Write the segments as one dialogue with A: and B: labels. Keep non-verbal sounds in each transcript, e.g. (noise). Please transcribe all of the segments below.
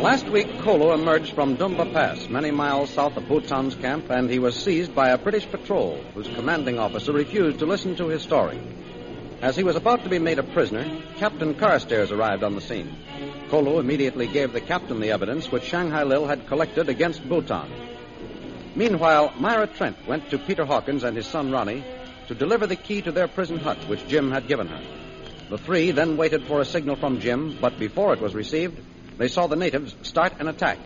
A: Last week, Kolo emerged from Dumba Pass, many miles south of Bhutan's camp, and he was seized by a British patrol whose commanding officer refused to listen to his story. As he was about to be made a prisoner, Captain Carstairs arrived on the scene. Kolo immediately gave the captain the evidence which Shanghai Lil had collected against Bhutan. Meanwhile, Myra Trent went to Peter Hawkins and his son Ronnie to deliver the key to their prison hut, which Jim had given her. The three then waited for a signal from Jim, but before it was received, they saw the natives start an attack.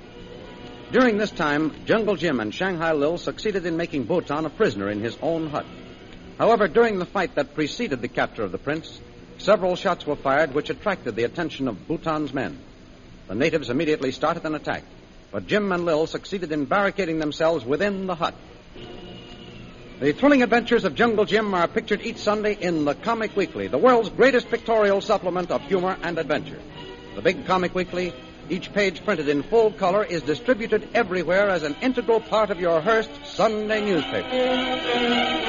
A: During this time, Jungle Jim and Shanghai Lil succeeded in making Bhutan a prisoner in his own hut. However, during the fight that preceded the capture of the prince, several shots were fired which attracted the attention of Bhutan's men. The natives immediately started an attack, but Jim and Lil succeeded in barricading themselves within the hut. The thrilling adventures of Jungle Jim are pictured each Sunday in the Comic Weekly, the world's greatest pictorial supplement of humor and adventure. The Big Comic Weekly, each page printed in full color, is distributed everywhere as an integral part of your Hearst Sunday newspaper.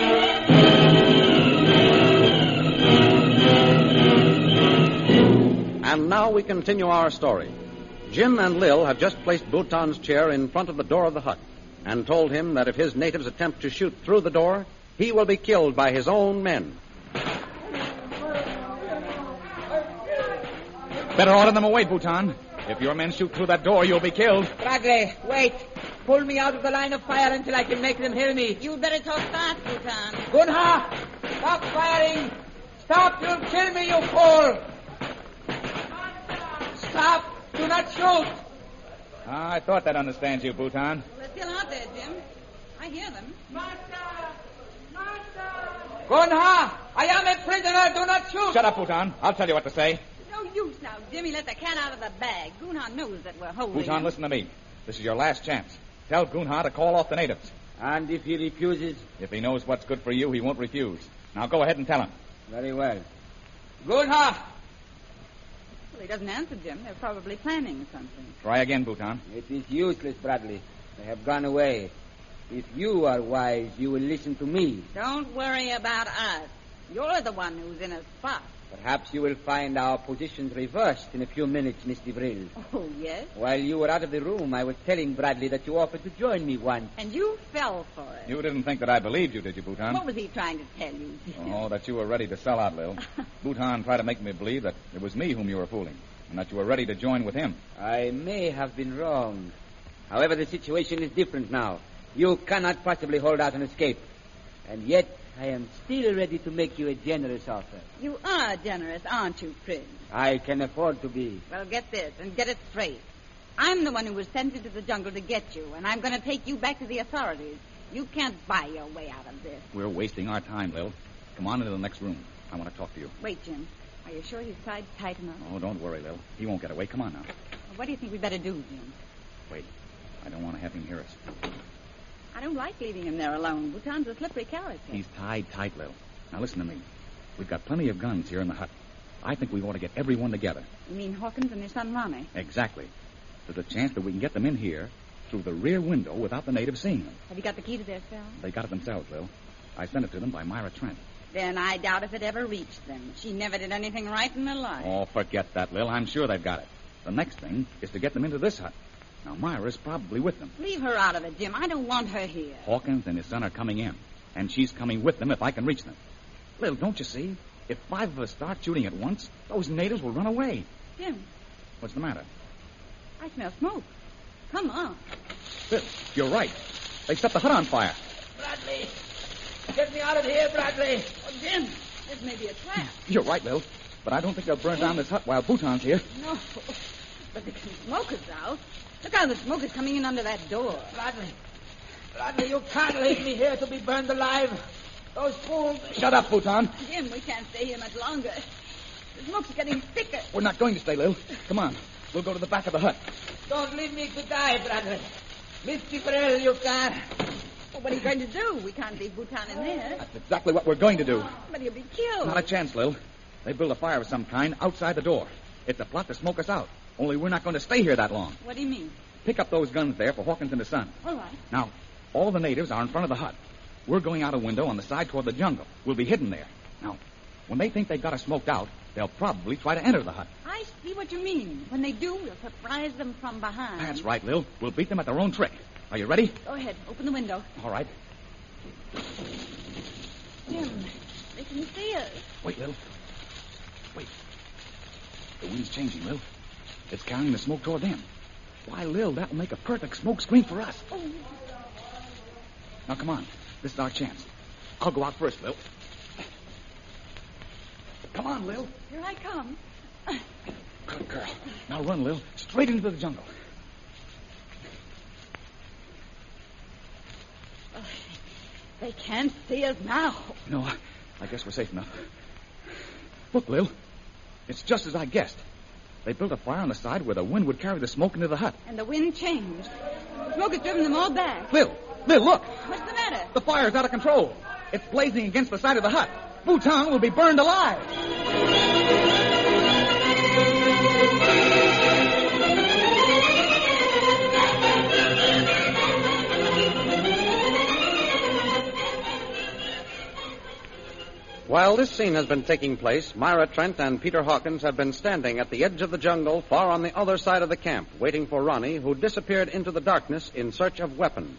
A: And now we continue our story. Jim and Lil have just placed Bhutan's chair in front of the door of the hut and told him that if his natives attempt to shoot through the door, he will be killed by his own men.
B: Better order them away, Bhutan. If your men shoot through that door, you'll be killed.
C: Bradley, wait. Pull me out of the line of fire until I can make them hear me.
D: You'd better talk fast, Bhutan.
C: Gunha, stop firing. Stop, you'll kill me, you fool. Stop, do not shoot.
B: Ah, I thought that understands you, Bhutan.
D: They're still out there, Jim. I hear them.
C: Gunha, I am a prisoner, do not shoot.
B: Shut up, Bhutan. I'll tell you what to say.
D: No use now, Jimmy. Let the cat out of the bag. Gunan knows that we're holding
B: Bhutan,
D: him.
B: listen to me. This is your last chance. Tell Gunha to call off the natives.
E: And if he refuses,
B: If he knows what's good for you, he won't refuse. Now go ahead and tell him.
E: very well.
C: Gunha,
D: Well, he doesn't answer, Jim. They're probably planning something.
B: Try again, Bhutan.
E: It is useless, Bradley. They have gone away. If you are wise, you will listen to me.
D: Don't worry about us. You're the one who's in a spot. (laughs)
E: Perhaps you will find our positions reversed in a few minutes, Miss DeVril.
D: Oh, yes?
E: While you were out of the room, I was telling Bradley that you offered to join me once.
D: And you fell for it.
B: You didn't think that I believed you, did you, Bhutan?
D: What was he trying to tell you, Jim?
B: Oh, that you were ready to sell out, Lil. Bhutan tried to make me believe that it was me whom you were fooling, and that you were ready to join with him.
E: I may have been wrong. However, the situation is different now. You cannot possibly hold out and escape. And yet, I am still ready to make you a generous offer.
D: You are generous, aren't you, Prince?
E: I can afford to be.
D: Well, get this and get it straight. I'm the one who was sent into the jungle to get you, and I'm going to take you back to the authorities. You can't buy your way out of this.
B: We're wasting our time, Lil. Come on into the next room. I want to talk to you.
D: Wait, Jim. Are you sure he's tied tight enough?
B: Oh, don't worry, Lil. He won't get away. Come on now.
D: What do you think we better do, Jim?
B: Wait. I don't want to have him hear us.
D: I don't like leaving him there alone. Bhutan's a slippery character.
B: He's tied tight, Lil. Now listen to me. We've got plenty of guns here in the hut. I think we ought to get everyone together.
D: You mean Hawkins and his son Ronnie?
B: Exactly. There's a chance that we can get them in here through the rear window without the natives seeing them.
D: Have you got the key to their cell?
B: They got it themselves, Lil. I sent it to them by Myra Trent.
D: Then I doubt if it ever reached them. She never did anything right in her life.
B: Oh, forget that, Lil. I'm sure they've got it. The next thing is to get them into this hut. Now Myra's probably with them.
D: Leave her out of it, Jim. I don't want her here.
B: Hawkins and his son are coming in, and she's coming with them if I can reach them. Lil, don't you see? If five of us start shooting at once, those natives will run away.
D: Jim,
B: What's the matter?
D: I smell smoke. Come on.
B: Bill, you're right. They set the hut on fire.
C: Bradley, get me out of here, Bradley.
D: Oh, Jim, this may be a trap.
B: You're right, Lil. But I don't think they'll burn down this hut while Bhutan's here.
D: no. But the smoke is out. Look how the smoke is coming in under that door.
C: Bradley, Bradley, you can't leave me here to be burned alive. Those fools.
B: Shut up, Bhutan.
D: Jim, we can't stay here much longer. The smoke's getting thicker.
B: We're not going to stay, Lil. Come on. We'll go to the back of the hut.
C: Don't leave me to die, Bradley. Miss Tibrel, you can't.
D: Well, what are you going to do? We can't leave Bhutan in there.
B: That's exactly what we're going to do.
D: But he'll be killed.
B: Not a chance, Lil. They build a fire of some kind outside the door. It's a plot to smoke us out. Only we're not going to stay here that long.
D: What do you mean?
B: Pick up those guns there for Hawkins and his son.
D: All right.
B: Now, all the natives are in front of the hut. We're going out a window on the side toward the jungle. We'll be hidden there. Now, when they think they've got us smoked out, they'll probably try to enter the hut.
D: I see what you mean. When they do, we'll surprise them from behind.
B: That's right, Lil. We'll beat them at their own trick. Are you ready?
D: Go ahead. Open the window.
B: All right.
D: Jim, they can see us.
B: Wait, Lil. Wait. The wind's changing, Lil. It's carrying the smoke toward them. Why, Lil, that'll make a perfect smoke screen for us. Now, come on. This is our chance. I'll go out first, Lil. Come on, Lil.
D: Here I come.
B: Good girl. Now run, Lil. Straight into the jungle.
D: They can't see us now.
B: No, I- I guess we're safe enough. Look, Lil. It's just as I guessed. They built a fire on the side where the wind would carry the smoke into the hut.
D: And the wind changed. The smoke has driven them all back.
B: Lil! Lil, look!
D: What's the matter?
B: The fire's out of control. It's blazing against the side of the hut. Bhutan will be burned alive.
F: While this scene has been taking place, Myra Trent and Peter Hawkins have been standing at the edge of the jungle far on the other side of the camp, waiting for Ronnie, who disappeared into the darkness in search of weapons.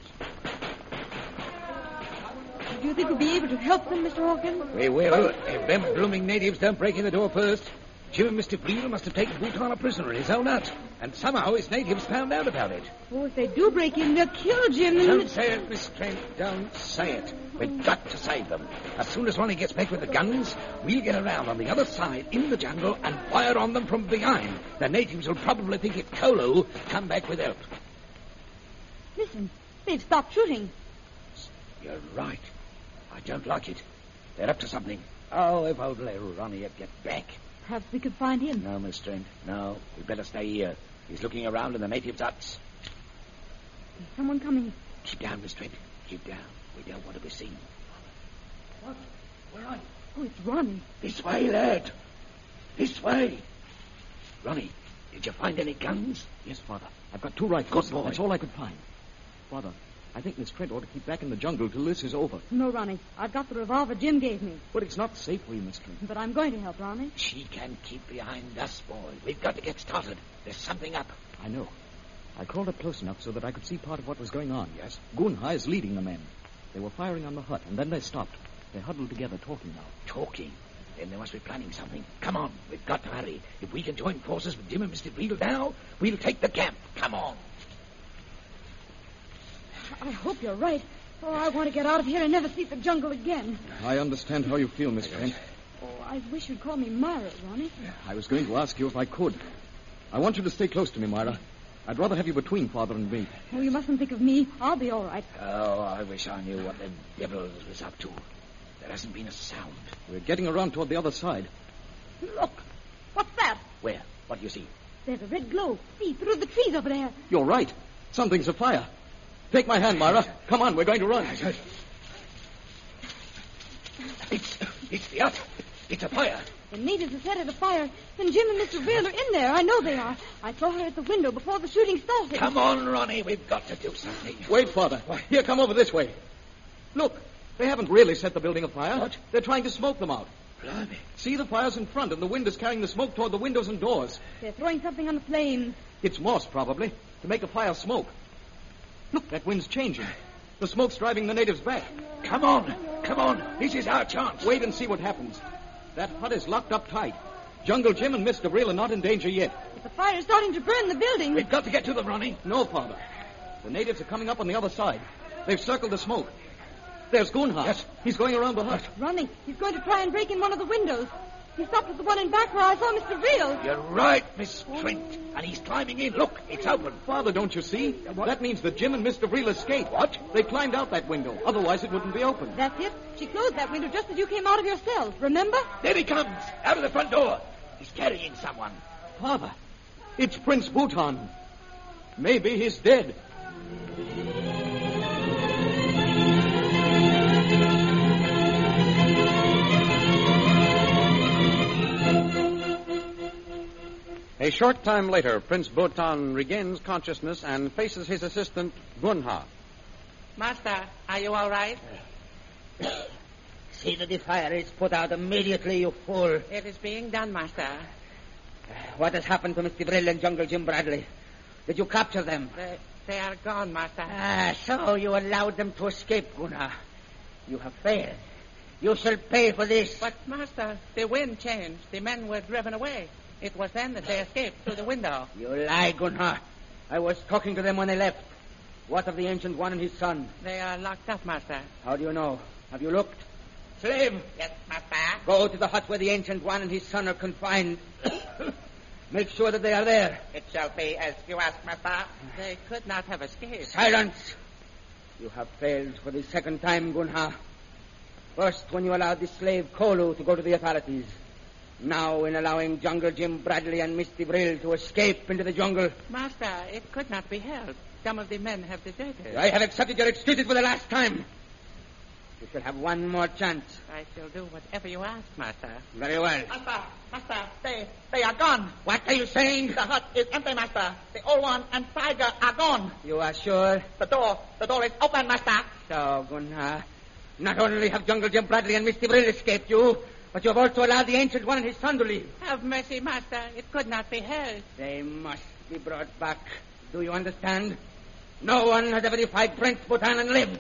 D: Do you think we'll be able to help them, Mr. Hawkins?
A: We will, uh, if them blooming natives don't break in the door first. Sure, Mr. Beale must have taken Bhutan a prisoner in his own hut, and somehow his natives found out about it.
D: Oh, if they do break in, they'll kill Jim.
A: Don't say it, Miss Trent. Don't say it. We've got to save them. As soon as Ronnie gets back with the guns, we'll get around on the other side in the jungle and fire on them from behind. The natives will probably think it Kolo come back with help.
D: Listen, they've stopped shooting.
A: You're right. I don't like it. They're up to something. Oh, if old little Ronnie would get back.
D: Perhaps we could find him.
A: No, Miss Trent. No, we'd better stay here. He's looking around in the natives' huts.
D: There's someone coming.
A: Keep down, Miss Trent. Keep down. We don't want to be seen. What? Where are you?
D: Oh, it's Ronnie.
A: This way, lad. This way. Ronnie, did you find any guns?
B: Yes, Father. I've got two rifles.
A: Good boy.
B: That's all I could find. Father, I think Miss Trent ought to keep back in the jungle till this is over.
D: No, Ronnie. I've got the revolver Jim gave me.
B: But it's not safe for you, Miss Trent.
D: But I'm going to help Ronnie.
A: She can keep behind us, boy. We've got to get started. There's something up.
B: I know. I crawled up close enough so that I could see part of what was going on, yes? Gunhai is leading the men. They were firing on the hut, and then they stopped. They huddled together, talking now.
A: Talking. Then they must be planning something. Come on, we've got to hurry. If we can join forces with Jim and Mr. Beale now, we'll take the camp. Come on.
D: I hope you're right. Oh, I want to get out of here and never see the jungle again.
B: I understand how you feel, Miss Trent.
D: Oh, I wish you'd call me Myra, Ronnie.
B: I was going to ask you if I could. I want you to stay close to me, Myra. I'd rather have you between Father and me.
D: Oh, you mustn't think of me. I'll be all right.
A: Oh, I wish I knew what the devil was up to. There hasn't been a sound.
B: We're getting around toward the other side.
D: Look. What's that?
A: Where? What do you see?
D: There's a red glow. See, through the trees over there.
B: You're right. Something's afire. Take my hand, Myra. Come on, we're going to run.
A: It's, it's the hut. It's a fire.
D: The natives have set it afire, and Jim and Mr. Vail are in there. I know they are. I saw her at the window before the shooting started.
A: Come on, Ronnie. We've got to do something.
B: Wait, Father. Here, come over this way. Look, they haven't really set the building afire.
A: What?
B: They're trying to smoke them out.
A: Blimey.
B: See, the fire's in front, and the wind is carrying the smoke toward the windows and doors.
D: They're throwing something on the flames.
B: It's moss, probably, to make a fire smoke. Look, that wind's changing. The smoke's driving the natives back.
A: Come on. Come on. This is our chance.
B: Wait and see what happens. That hut is locked up tight. Jungle Jim and Mr. Vreel are not in danger yet.
D: But the fire is starting to burn the building.
A: We've got to get to them, Ronnie.
B: No, Father. The natives are coming up on the other side. They've circled the smoke. There's Goonhart.
A: Yes.
B: He's going around the hut.
D: Ronnie, he's going to try and break in one of the windows. He stopped at the one in back where I saw Mr. Vail.
A: You're right, Miss Trent. And he's climbing in. Look, it's open.
B: Father, don't you see? That means that Jim and Mr. Vreel escaped.
A: What?
B: They climbed out that window. Otherwise, it wouldn't be open.
D: That's it. She closed that window just as you came out of your cell. Remember?
A: There he comes. Out of the front door. He's carrying someone.
B: Father, it's Prince Bhutan. Maybe he's dead.
A: A short time later, Prince Bhutan regains consciousness and faces his assistant, Gunha.
C: Master, are you all right?
E: See that the fire is put out immediately, you fool.
C: It is being done, Master.
E: What has happened to Mr. Brill and Jungle Jim Bradley? Did you capture them?
C: They, they are gone, Master.
E: Ah, so you allowed them to escape, Gunnar. You have failed. You shall pay for this.
C: But, Master, the wind changed. The men were driven away. It was then that they escaped through the window.
E: You lie, Gunnar. I was talking to them when they left. What of the Ancient One and his son?
C: They are locked up, Master.
E: How do you know? Have you looked? Slave,
C: Yes, Master.
E: go to the hut where the Ancient One and his son are confined. (coughs) Make sure that they are there.
C: It shall be as you ask, Master. They could not have escaped.
E: Silence! You have failed for the second time, Gunnar. First, when you allowed the slave Kolu to go to the authorities. Now, in allowing Jungle Jim Bradley and Misty Brill to escape into the jungle.
C: Master, it could not be held. Some of the men have deserted.
E: I have accepted your excuses for the last time. You shall have one more chance.
C: I shall do whatever you ask, Master.
E: Very well.
C: Master, Master, they, they are gone.
E: What are you saying?
C: The hut is empty, Master. The old one and Tiger are gone.
E: You are sure?
C: The door, the door is open, Master.
E: So, Gunnar, not only have Jungle Jim Bradley and Misty Brill escaped you, but you have also allowed the Ancient One and his son to leave.
C: Have mercy, Master. It could not be held.
E: They must be brought back. Do you understand? No one has ever defied Prince Bhutan and lived.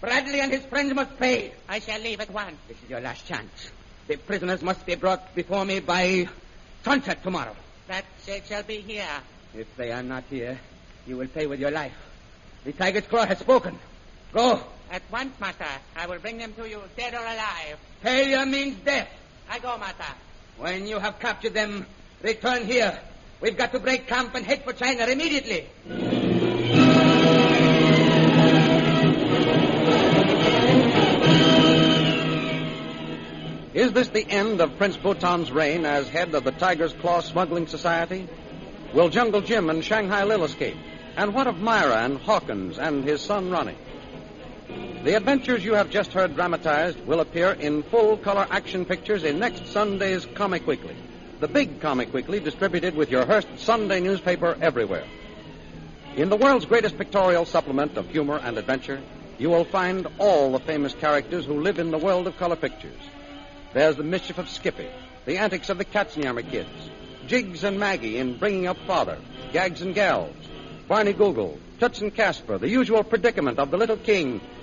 E: Bradley and his friends must pay.
C: I shall leave at once.
E: This is your last chance. The prisoners must be brought before me by sunset tomorrow.
C: That shade shall be here.
E: If they are not here, you will pay with your life. The tiger's claw has spoken. Go.
C: At once, Master. I will bring them to you, dead or alive.
E: Failure means death.
C: I go, Master.
E: When you have captured them, return here. We've got to break camp and head for China immediately.
A: Is this the end of Prince Bhutan's reign as head of the Tiger's Claw Smuggling Society? Will Jungle Jim and Shanghai Lil escape? And what of Myra and Hawkins and his son Ronnie? The adventures you have just heard dramatized will appear in full color action pictures in next Sunday's Comic Weekly, the big Comic Weekly distributed with your Hearst Sunday newspaper everywhere. In the world's greatest pictorial supplement of humor and adventure, you will find all the famous characters who live in the world of color pictures. There's the mischief of Skippy, the antics of the Katzenjammer kids, Jiggs and Maggie in Bringing Up Father, Gags and Gals, Barney Google, Toots and Casper, the usual predicament of the Little King,